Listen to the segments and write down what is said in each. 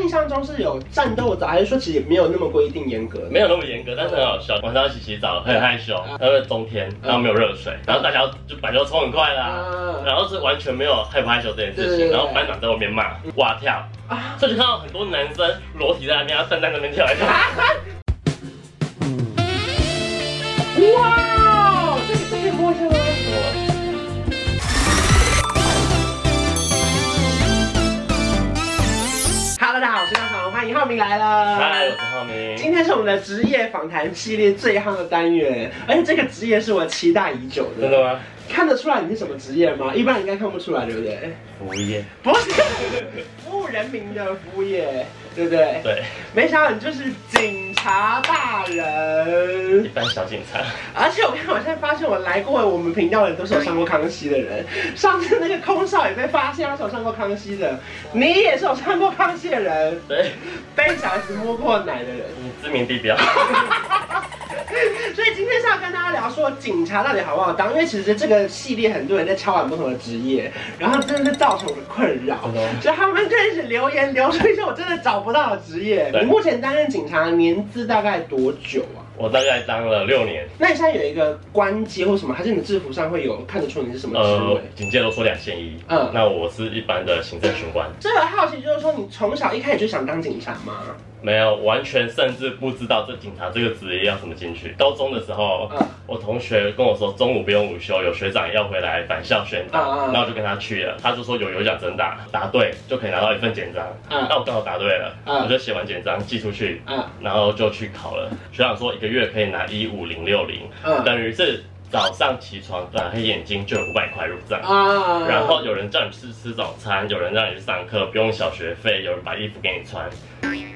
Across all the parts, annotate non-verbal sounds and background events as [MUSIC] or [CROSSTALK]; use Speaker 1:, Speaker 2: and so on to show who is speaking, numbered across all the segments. Speaker 1: 印象中是有战斗澡，还是说其实也没有那么规定严格？
Speaker 2: 没有那么严格，但是很好笑。晚上一起洗澡，很害羞，
Speaker 1: 嗯
Speaker 2: 因为冬天，然后没有热水，然后大家就板球冲很快啦，
Speaker 1: 啊
Speaker 2: 然后是完全没有害不害羞这件事
Speaker 1: 对对
Speaker 2: 情，
Speaker 1: 对嗯
Speaker 2: 然后班长在外面骂蛙跳，
Speaker 1: 啊！
Speaker 2: 所以就看到很多男生裸体在那边，要站在那边跳来跳去。
Speaker 1: 啊哇，这个这个可以摸一下吗？Hello，大家好，我是张小龙，欢迎浩明来了。
Speaker 2: 嗨，我是浩明。
Speaker 1: 今天是我们的职业访谈系列最夯的单元，而且这个职业是我期待已久
Speaker 2: 真
Speaker 1: 的。
Speaker 2: 的吗？
Speaker 1: 看得出来你是什么职业吗？一般人应该看不出来，对不对？
Speaker 2: 服务业。
Speaker 1: 不是，服务人民的服务业，对不对？
Speaker 2: 对，
Speaker 1: 没想到你就是警察大人
Speaker 2: 一，般小警察。
Speaker 1: 而且我看我现在发现，我来过我们频道的人都是有上过康熙的人。上次那个空少也被发现他是有上过康熙的，你也是有上过康熙的人，
Speaker 2: 对，
Speaker 1: 被小孩子摸过奶的人。
Speaker 2: 你知名地标。 [LAUGHS]
Speaker 1: 所以今天是要跟大家聊说警察到底好不好当，因为其实这个系列很多人在敲碗不同的职业，然后真的是造成我的困扰
Speaker 2: 真的吗，
Speaker 1: 所以他们就一直留言留出一些我真的找不到的职业。
Speaker 2: 对
Speaker 1: 你目前担任警察年资大概多久啊？
Speaker 2: 我大概当了六年，
Speaker 1: 那你现在有一个官阶或什么，还是你的制服上会有看得出你是什么职
Speaker 2: 呃
Speaker 1: 位？，
Speaker 2: 警戒都说两线一。
Speaker 1: 嗯
Speaker 2: 那我是一般的行政巡官，
Speaker 1: 这个好奇就是说，你从小一开始就想当警察吗？
Speaker 2: 没有完全甚至不知道这警察这个职业要怎么进去。高中的时候，
Speaker 1: 嗯
Speaker 2: 我同学跟我说中午不用午休，有学长要回来返校宣导，
Speaker 1: 嗯嗯嗯
Speaker 2: 那我就跟他去了。他就说有有奖征答，答对就可以拿到一份简章。
Speaker 1: 嗯
Speaker 2: 那我刚好答对了，
Speaker 1: 嗯
Speaker 2: 我就写完简章寄出去，
Speaker 1: 啊，
Speaker 2: 然后就去考了。学长说一个月可以拿一五零六零，
Speaker 1: 嗯
Speaker 2: 等于是早上起床打开眼睛就有五百块入账。
Speaker 1: 啊
Speaker 2: 然后有人叫你去吃早餐，有人让你去上课，不用小学费，有人把衣服给你穿，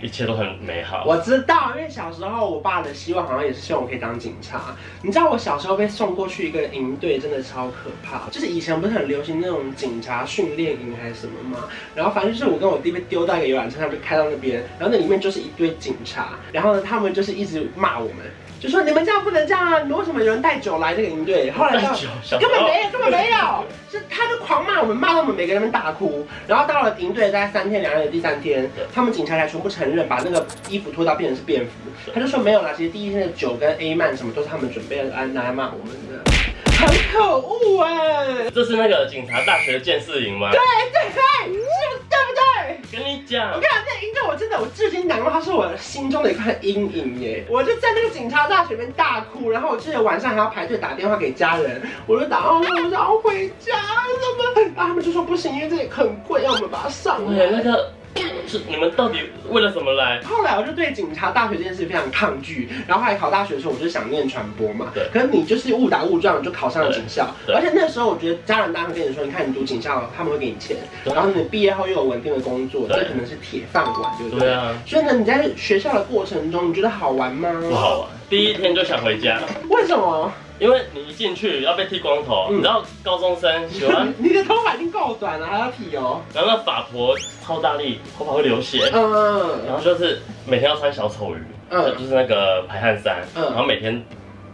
Speaker 2: 一切都很美好。
Speaker 1: 啊我知道，因为小时候我爸的希望好像也是希望我可以当警察。你知道我小时候被送过去一个营队，真的超可怕。就是以前不是很流行那种警察训练营还是什么吗？然后反正就是我跟我弟被丢到一个游览车上，就开到那边，然后那里面就是一堆警察，然后呢他们就是一直骂我们，就说你们这样不能这样啊，你们为什么有人带酒来这个营队？后来
Speaker 2: 带
Speaker 1: 到
Speaker 2: 酒，小时
Speaker 1: 根本
Speaker 2: 候
Speaker 1: 没有，根本没有，是他就狂骂我们，骂到我们每个人大哭。然后到了营队，大概三天两夜，第三天
Speaker 2: 对，
Speaker 1: 他们警察才全部承认，把那个衣服脱到变成是便服。他就说没有啦，其实第一天的酒跟 A 曼什么都是他们准备的，来拿来骂我们的，很可恶哎、
Speaker 2: 这是那个警察大学见识营吗？对，
Speaker 1: 对对对，是对不对？
Speaker 2: 跟你
Speaker 1: 我
Speaker 2: 讲
Speaker 1: 跟 [LAUGHS] 你，讲，那个营队我真的我至今难忘，它是我心中的一块阴影耶。我就在那个警察大学里面大哭，然后我记得晚上还要排队打电话给家人，我就打，哦，我想要回家，怎么？啊，他们就说不行，因为这里很贵，要我们把它上
Speaker 2: 对，那
Speaker 1: 来。
Speaker 2: 个是你们到底为了什么来？
Speaker 1: 后来我就对警察大学这件事非常抗拒，然后后来考大学的时候，我就想念传播嘛。
Speaker 2: 对
Speaker 1: 可是你就是误打误撞就考上了警校，
Speaker 2: 对对
Speaker 1: 而且那时候我觉得家人当然跟你说，你看你读警校，他们会给你钱，
Speaker 2: 对
Speaker 1: 然后你毕业后又有稳定的工作，这
Speaker 2: 对
Speaker 1: 可能是铁饭碗，对不对？
Speaker 2: 对啊，
Speaker 1: 所以呢，你在学校的过程中，你觉得好玩吗？
Speaker 2: 不好玩。第一天就想回家，
Speaker 1: 为什么？因
Speaker 2: 因为你一进去要被剃光头，
Speaker 1: 嗯
Speaker 2: 你知道高中生喜欢
Speaker 1: [LAUGHS] ，你的头发已经够短了，还要剃
Speaker 2: [LAUGHS]
Speaker 1: 哦。
Speaker 2: 然后那法婆超大力，头发会流血。然
Speaker 1: 嗯
Speaker 2: 后就是每天要穿小丑鱼，
Speaker 1: 嗯
Speaker 2: 就是那个排汗衫，
Speaker 1: 嗯
Speaker 2: 然后每天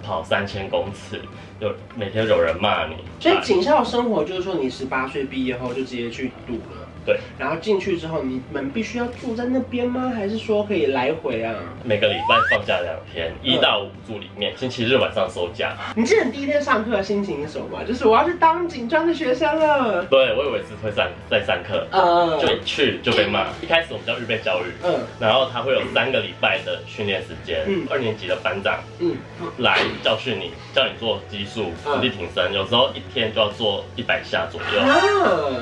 Speaker 2: 跑三千公尺，有每天有人骂你，
Speaker 1: 所以
Speaker 2: 啊
Speaker 1: 警校生活就是说，你十八岁毕业后就直接去读了。
Speaker 2: 对。
Speaker 1: 然后进去之后，你们必须要住在那边吗？还是说可以来回啊？
Speaker 2: 每个礼拜放假两
Speaker 1: 嗯
Speaker 2: 天，一到五住里面，星期日晚上收假。
Speaker 1: 你记得你第一天上课的心情是什么吗？就是我要去当警专的学生了。
Speaker 2: 对，我以为是会上在上课，
Speaker 1: 嗯
Speaker 2: 就一去就被骂。一开始我们叫预备教育，
Speaker 1: 嗯
Speaker 2: 然后他会有三个礼拜的训练时间
Speaker 1: 嗯，
Speaker 2: 二年级的班长
Speaker 1: 嗯
Speaker 2: 来教训你，叫你做基数、
Speaker 1: 嗯
Speaker 2: 伏地挺身，有时候一天就要做一百下左右，
Speaker 1: 啊。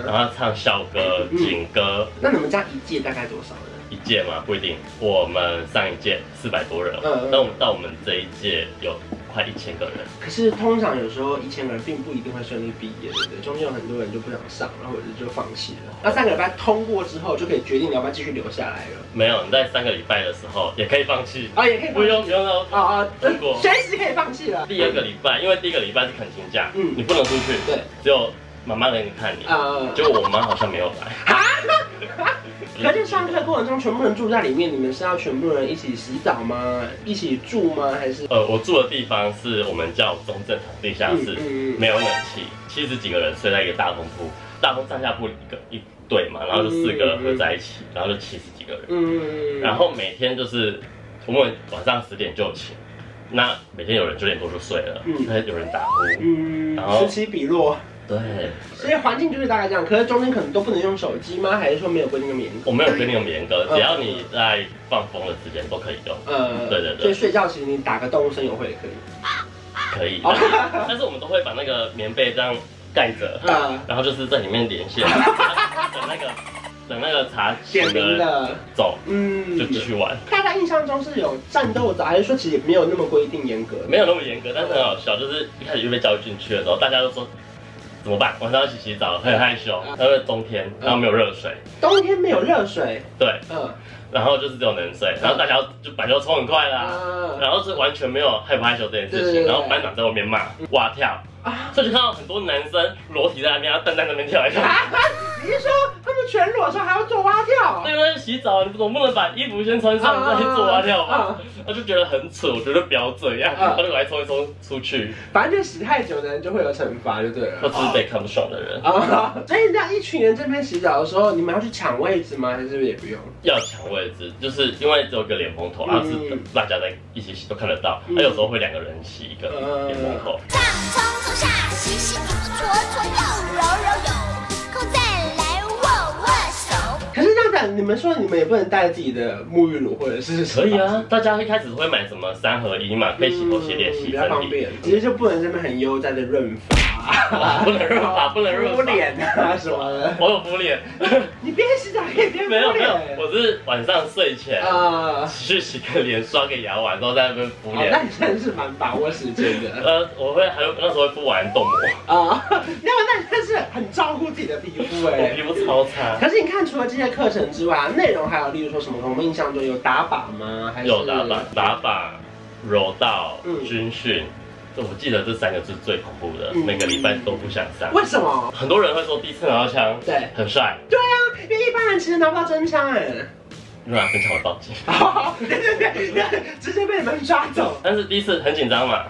Speaker 2: 然后唱校歌、
Speaker 1: 嗯
Speaker 2: 警歌。
Speaker 1: 那你们家一届大概多少人？
Speaker 2: 一届吗？不一定。我们上一届四百多人，
Speaker 1: 嗯嗯
Speaker 2: 但我们到我们这一届有快一千个人。
Speaker 1: 可是通常有时候一千个人并不一定会顺利毕业，对不对？中间有很多人就不想上，然后或者就放弃了。那三个礼拜通过之后，就可以决定你要不要继续留下来了。
Speaker 2: 没有，你在三个礼拜的时候也可以放弃，
Speaker 1: 啊、也可以
Speaker 2: 不用不用哦。
Speaker 1: 啊啊，
Speaker 2: 如果
Speaker 1: 随、时可以放弃了。
Speaker 2: 第二个礼拜，因为第一个礼拜是恳请假，
Speaker 1: 嗯
Speaker 2: 你不能出去，
Speaker 1: 对，
Speaker 2: 只有妈妈能看你。
Speaker 1: 呃，
Speaker 2: 结果我妈好像没有来。
Speaker 1: [LAUGHS] 可是啊上课过程中全部人住在里面，你们是要全部人一起洗澡吗？一起住吗？还是？
Speaker 2: [LAUGHS] 呃，我住的地方是我们叫中正堂地下室，
Speaker 1: 嗯嗯嗯
Speaker 2: 没有冷气，七十几个人睡在一个大通铺，大通上下铺一个一对嘛，然后就四个人合在一起，然后就七十几个个人。
Speaker 1: 嗯，
Speaker 2: 然后每天就是我们晚上十点就寝，那每天有人九点多就睡了，
Speaker 1: 嗯
Speaker 2: 那、有人打呼，
Speaker 1: 嗯
Speaker 2: 然，后
Speaker 1: 此起彼落，
Speaker 2: 对，
Speaker 1: 所以环境就是大概这样。可是中间可能都不能用手机吗？还是说没有规定那么严格？
Speaker 2: 我没有规定那么严
Speaker 1: 嗯
Speaker 2: 格，只要你在放风的时间都可以用，
Speaker 1: 呃，
Speaker 2: 对对对
Speaker 1: 所以睡觉其实你打个动物声游会也可以。
Speaker 2: 可以。
Speaker 1: 哦
Speaker 2: 但是但是我们都会把那个棉被这样盖着，
Speaker 1: 呃，
Speaker 2: 然后就是在里面连
Speaker 1: [LAUGHS]
Speaker 2: 线，然后等那个等那个茶醒
Speaker 1: 点名
Speaker 2: 了
Speaker 1: 了，
Speaker 2: 走，
Speaker 1: 嗯
Speaker 2: 就，继续玩，
Speaker 1: 大家印象中是有战斗的，还是说其实也没有那么规定严格？
Speaker 2: 没有那么严格，但是很好笑，就是一开始就被叫进去的时候，大家都说。怎么办？晚上要一起洗澡，很害羞。
Speaker 1: 嗯
Speaker 2: 因为冬天，然后没有热水，
Speaker 1: 冬天没有热水，
Speaker 2: 对，
Speaker 1: 嗯，
Speaker 2: 然后就是只有冷水，然后大家就板球冲很快啦，
Speaker 1: 啊 [LAUGHS]
Speaker 2: 然后是完全没有害不害羞这件事
Speaker 1: 对对
Speaker 2: 情，
Speaker 1: 对嗯
Speaker 2: 然后班长在外面骂哇跳，
Speaker 1: 啊！
Speaker 2: 所以就看到很多男生裸体在那边，然后蛋蛋在那边跳来跳去。
Speaker 1: 你是说他们全裸的时候还要做蛙跳？
Speaker 2: 对方洗澡，你总不能把衣服先穿
Speaker 1: 啊
Speaker 2: 上再做蛙跳吧？我就觉得很蠢，我觉得不要这样，
Speaker 1: 嗯
Speaker 2: 然后就来冲一冲出去，
Speaker 1: 反正就洗太久的人就会有惩罚，就对
Speaker 2: 我
Speaker 1: 了。
Speaker 2: 只是被看不爽的人。
Speaker 1: 啊，所以那一群人这边洗澡的时候，你们要去抢位置吗？还是也不用？
Speaker 2: 要抢位置，就是因为只有一个连峰头，啊，是
Speaker 1: 嗯
Speaker 2: 大家在一起洗都看得到，
Speaker 1: 嗯
Speaker 2: 他有时候会两个人洗一个
Speaker 1: 嗯
Speaker 2: 连峰头。
Speaker 3: 上冲冲下洗洗，左左右揉揉有空再来握握手。
Speaker 1: 可是那个你们说你们也不能带自己的沐浴乳或者是嗯
Speaker 2: 可以啊，大家一开始会买什么三合一嘛，可以洗头、洗脸、
Speaker 1: 嗯
Speaker 2: 洗
Speaker 1: 比较
Speaker 2: 身
Speaker 1: 方
Speaker 2: 体，
Speaker 1: 便，其实就不能这边很悠哉的润发，
Speaker 2: 不能润发 [LAUGHS] 不能润发
Speaker 1: 敷脸啊什么的。
Speaker 2: 我有敷脸，
Speaker 1: 你边洗澡可以边敷
Speaker 2: [LAUGHS] 没有没有
Speaker 1: 脸，
Speaker 2: 我是晚上睡前
Speaker 1: 啊，
Speaker 2: 去洗个脸、刷个牙完，然后在那边敷
Speaker 1: 哦
Speaker 2: 脸
Speaker 1: 那。你真的是蛮把握时间
Speaker 2: [LAUGHS]
Speaker 1: 的
Speaker 2: 呃，我会还有那时候会敷完冻膜，
Speaker 1: 啊。那么那但是很照顾自己的皮肤
Speaker 2: 我
Speaker 1: 哎
Speaker 2: 皮。肤超差。
Speaker 1: 可是你看，除了这些课程之外啊，内容还有，例如说什么？我们印象中有打靶吗？还是
Speaker 2: 有打靶、打靶、柔道
Speaker 1: 嗯、
Speaker 2: 军训，这我记得这三个是最恐怖的，
Speaker 1: 嗯
Speaker 2: 每个礼拜都不想上。
Speaker 1: 为什么？
Speaker 2: 很多人会说第一次拿到枪
Speaker 1: 对
Speaker 2: 很帅，
Speaker 1: 对啊，因为一般人其实拿不到真枪哎。
Speaker 2: 因为拿分枪我报警，
Speaker 1: 哦对对对对，直接被你们抓走。
Speaker 2: 但是第一次很紧张嘛。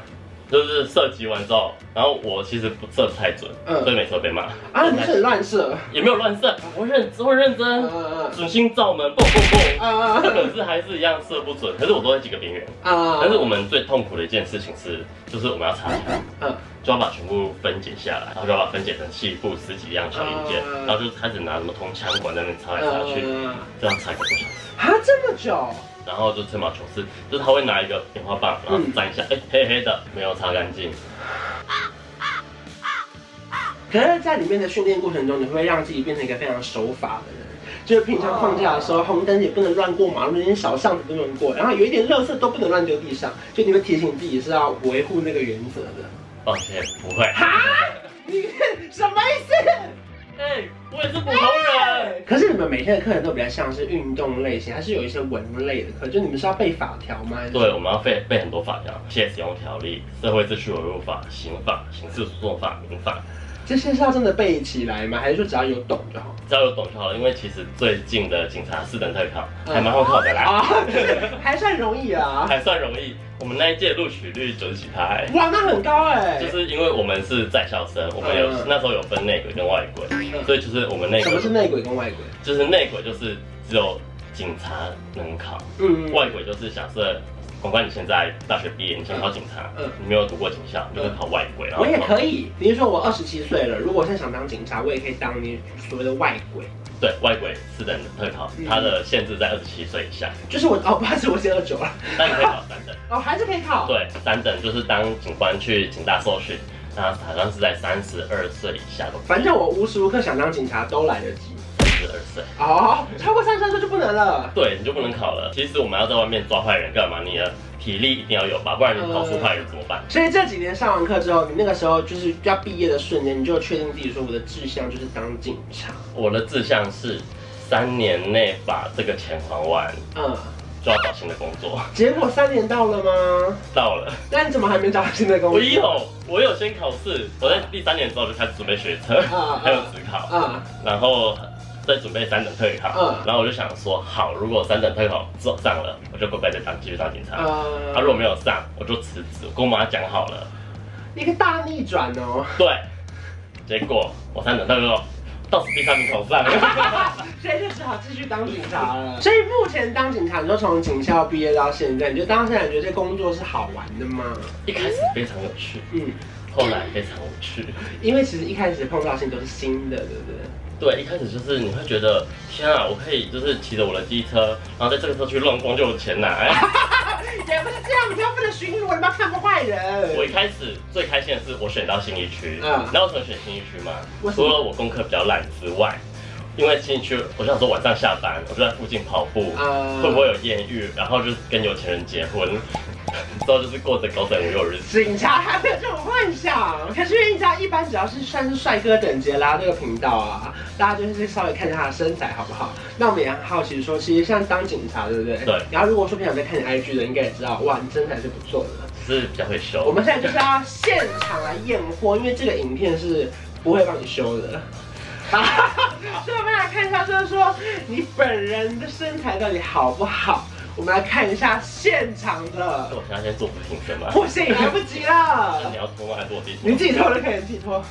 Speaker 2: 就是射击完之后，然后我其实不射不太准，
Speaker 1: 嗯
Speaker 2: 所以每次都被骂。
Speaker 1: 啊，你是很乱射。
Speaker 2: 也没有乱射，我认我认真，
Speaker 1: 嗯
Speaker 2: 准心照门，蹦蹦
Speaker 1: 啊
Speaker 2: 蹦。可是还是一样射不准，可是我都会几个边缘。
Speaker 1: 啊！
Speaker 2: [LAUGHS] 但是我们最痛苦的一件事情是，就是我们要擦枪，
Speaker 1: 嗯
Speaker 2: 就要把全部分解下来，然后就要把分解成细部十几样小零件，
Speaker 1: 嗯
Speaker 2: 然后就开始拿什么铜枪管在那边擦来擦去，
Speaker 1: 啊
Speaker 2: 这样擦一个多小时。
Speaker 1: 这么久，
Speaker 2: 然后就吹毛求疵，就是他会拿一个棉花棒，然后沾一下，哎、黑黑的，没有擦干净。
Speaker 1: 可是，在里面的训练过程中，你会让自己变成一个非常守法的人。就是平常放假的时候，红灯也不能乱过马路，连小巷子不能过，然后有一点垃圾都不能乱丢地上。就你会提醒自己是要维护那个原则的。
Speaker 2: 抱歉，不会。
Speaker 1: 你什么意思？
Speaker 2: 哎、我也是普通人。
Speaker 1: 可是你们每天的课程都比较像是运动类型，还是有一些文类的课？就你们是要背法条吗？还是
Speaker 2: 对，我们要背背很多法条，《械使用条例》《社会秩序维护法》《刑法》《刑事诉讼法》《民法》，
Speaker 1: 这些是要真的背起来吗？还是说只要有懂就好？
Speaker 2: 只要有懂就好了。因为其实最近的警察四等特考
Speaker 1: 嗯
Speaker 2: 还蛮好考的啦，
Speaker 1: 啊， [LAUGHS] 还算容易啊。
Speaker 2: 还算容易。我们那一届录取率九十几趴、欸
Speaker 1: 哇，那很高哎、
Speaker 2: 就是因为我们是在校生，我们有
Speaker 1: 嗯
Speaker 2: 那时候有分内鬼跟外鬼，所以就是我们内
Speaker 1: 什么
Speaker 2: 鬼
Speaker 1: 是内鬼跟外鬼？
Speaker 2: 就是内鬼就是只有警察能考，
Speaker 1: 嗯，
Speaker 2: 外鬼就是假设。广冠，你现在大学毕业，你想考警察，
Speaker 1: 嗯
Speaker 2: 你没有读过警校，你就会考外鬼，然后
Speaker 1: 我也
Speaker 2: 考
Speaker 1: 可以。比如说我二十七岁了，如果我现在想当警察，我也可以当你所谓的外鬼，
Speaker 2: 对外鬼四等特考
Speaker 1: 嗯，
Speaker 2: 它的限制在二十七岁以下，
Speaker 1: 就是我哦，不好意思， [LAUGHS] 我现在二九了，
Speaker 2: 但你可以考三
Speaker 1: [LAUGHS]
Speaker 2: 等。
Speaker 1: 哦，还是可以考。
Speaker 2: 对，三等就是当警官去警大受训，那好像是在三十二岁以下都
Speaker 1: 反正我无时无刻想当警察都来得及。
Speaker 2: 三十二岁，
Speaker 1: 哦，超过三十岁就不能了。
Speaker 2: 对你就不能考了。其实我们要在外面抓坏人干嘛？你的体力一定要有吧，不然你
Speaker 1: 呃
Speaker 2: 跑出坏人怎么办？
Speaker 1: 所以这几年上完课之后，你那个时候就是要毕业的瞬间，你就确定自己说我的志向就是当警察。
Speaker 2: 我的志向是三年内把这个钱还完，
Speaker 1: 嗯，
Speaker 2: 就要找新的工作。
Speaker 1: 结果三年到了吗？
Speaker 2: 到了，
Speaker 1: 那你怎么还没找到新的工作？
Speaker 2: 我有，我有先考试，我在第三年之后就开始准备学车，
Speaker 1: 啊
Speaker 2: 还有职考。
Speaker 1: 啊，
Speaker 2: 然后再准备三等特考，
Speaker 1: 嗯
Speaker 2: 然后我就想说，好，如果三等特考上上了，我就乖乖的当继续当警察。啊，
Speaker 1: 呃
Speaker 2: 如果没有上，我就辞职。我跟我妈讲好了，
Speaker 1: 一个大逆转哦。
Speaker 2: 对。结果我三等特考到死第三名头上。 [LAUGHS]
Speaker 1: [LAUGHS] 所以就只好继续当警察了。 [LAUGHS] 所以目前当警察，你说从警校毕业到现在，你觉得当现在你觉得这工作是好玩的吗？
Speaker 2: 一开始非常有趣，
Speaker 1: 嗯，
Speaker 2: 后来非常无趣。
Speaker 1: 因为其实一开始碰到的事情都是新的，对不对？
Speaker 2: 对，一开始就是你会觉得，天啊，我可以就是骑着我的机车，然后在这个时候去乱逛就有钱拿、
Speaker 1: [LAUGHS]
Speaker 2: 哎
Speaker 1: 也不是这样，你这样不能巡逻，你不要看不坏人。
Speaker 2: 我一开始最开心的是我选到新一区，
Speaker 1: 嗯
Speaker 2: 嗯，那为什么选新一区嘛
Speaker 1: 为？什么
Speaker 2: 除了我功课比较烂之外，因为新一区，我就想说晚上下班，我就在附近跑步，
Speaker 1: 啊
Speaker 2: 会不会有艳遇，然后就是跟有钱人结婚， [LAUGHS] 之后就是过着高枕无忧的日子。
Speaker 1: 警察还没有这种幻想，可是因为你知道，一般只要是算是帅哥等级啦，这个频道啊，大家就是稍微看一下他的身材好不好？那我们也很好奇说，其实像当警察，对不对？
Speaker 2: 对
Speaker 1: 然后如果说平常在看你 IG 的，应该也知道，哇，你身材是不错的。
Speaker 2: 只是比较会修。
Speaker 1: 我们现在就是要现场来验货，因为这个影片是不会帮你修的。好， [LAUGHS] 所以我们来看一下，就是说你本人的身材到底好不好？我们来看一下现场的
Speaker 2: 那，我现在先做俯卧撑嘛。
Speaker 1: 不行，来不及了
Speaker 2: 那。你要脱吗？还是我自己脱？
Speaker 1: 你自己脱就可以，自己脱。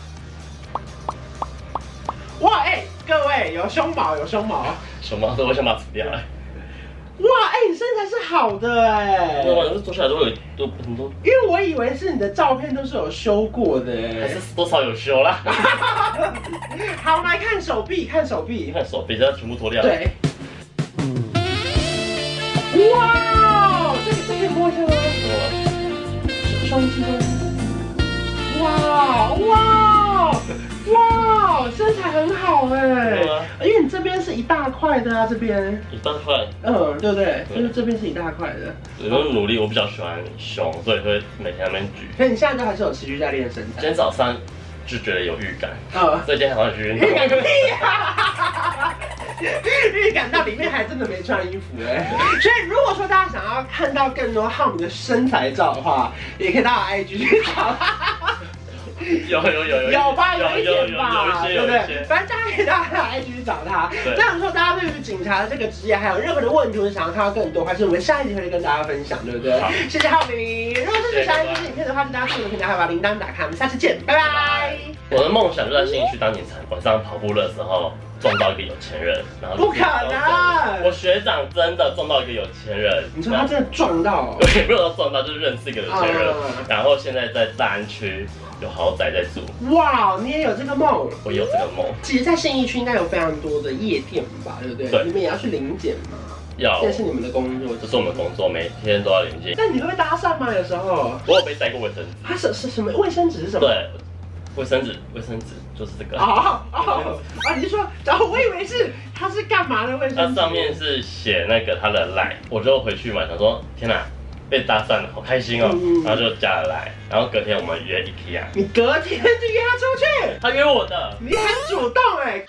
Speaker 1: 哇，哎、各位有胸毛，有胸毛。
Speaker 2: 什么？我想把它除掉了。
Speaker 1: 哇，哎、你身材是好的哎、
Speaker 2: 我晚上坐下来都会有都很多，
Speaker 1: 因为我以为是你的照片都是有修过的哎、
Speaker 2: 还是多少有修啦。
Speaker 1: [LAUGHS] 好，我们来看手臂，看手
Speaker 2: 你
Speaker 1: 臂。
Speaker 2: 看手，比较全部脱掉。，
Speaker 1: 对。哇，这个这可以摸一下吗？双肌都。哇哇哇，身材很好哎、
Speaker 2: 对啊
Speaker 1: 因为你这边是一大块的啊，这边。
Speaker 2: 一大块，
Speaker 1: 嗯，对不对？
Speaker 2: 对
Speaker 1: 就是这边是一大块的，
Speaker 2: 我就努力，我比较喜欢胸，所以会每天在那边举。
Speaker 1: 可是你现在都还是有持续在练身
Speaker 2: 今
Speaker 1: 材。
Speaker 2: 天早上就觉得有预感，
Speaker 1: 嗯，
Speaker 2: 所以今天好像去运
Speaker 1: 预
Speaker 2: 动。
Speaker 1: 感个屁哎呀！预感到里面还真的没穿衣服哎，所以如果说大家想要看到更多浩明的身材照的话，也可以到我 IG 去找。
Speaker 2: 有有有有
Speaker 1: 有吧，有一
Speaker 2: 有
Speaker 1: 点
Speaker 2: 有
Speaker 1: 吧，对
Speaker 2: 有有
Speaker 1: 不
Speaker 2: 一些有一
Speaker 1: 对？
Speaker 2: 些。
Speaker 1: 反正大家可以到他的 IG 去找他。
Speaker 2: 对
Speaker 1: 那如果大家对于警察的这个职业还有任何的问题，或者想要看到更多，还是我们下一集会跟大家分享，对不对
Speaker 2: 好？
Speaker 1: 谢谢浩明。如果是喜欢这支影片的话，就大家订阅频道，还有把铃铛打开。我们下次见，拜拜。
Speaker 2: 我的梦想就在新义区当警察，晚上跑步的时候撞到一个有钱人，然后就
Speaker 1: 不可能
Speaker 2: 我学长真的撞到一个有钱人，
Speaker 1: 你说他真的撞到
Speaker 2: [LAUGHS]
Speaker 1: 哦
Speaker 2: 我也不知道撞到，就是认识一个有钱人
Speaker 1: 嗯，
Speaker 2: 然后现在在大安区有豪宅在住，
Speaker 1: 哇，你也有这个梦。
Speaker 2: 我有这个梦，
Speaker 1: 其实，在信义区应该有非常多的夜店吧，对不对？
Speaker 2: 对
Speaker 1: 你们也要去零检嘛，
Speaker 2: 要
Speaker 1: 这是你们的工作，
Speaker 2: 这是我们工作，每天都要连接。
Speaker 1: 那你会不会搭讪吗？有时候，
Speaker 2: 我有被塞过卫生纸，
Speaker 1: 它是是什么卫生纸是什么？
Speaker 2: 对，卫生纸，卫生纸就是这个，
Speaker 1: 哦哦啊！你是说，然后我以为是他是干嘛的卫生
Speaker 2: 它
Speaker 1: 纸？
Speaker 2: 上面是写那个他的 line，我就回去嘛，想说天哪，被搭讪了，好开心哦
Speaker 1: 嗯，
Speaker 2: 然后就加了 line，然后隔天我们约 IKEA，
Speaker 1: 你隔天就约他出去，
Speaker 2: 他约我的，
Speaker 1: 你很主动哎、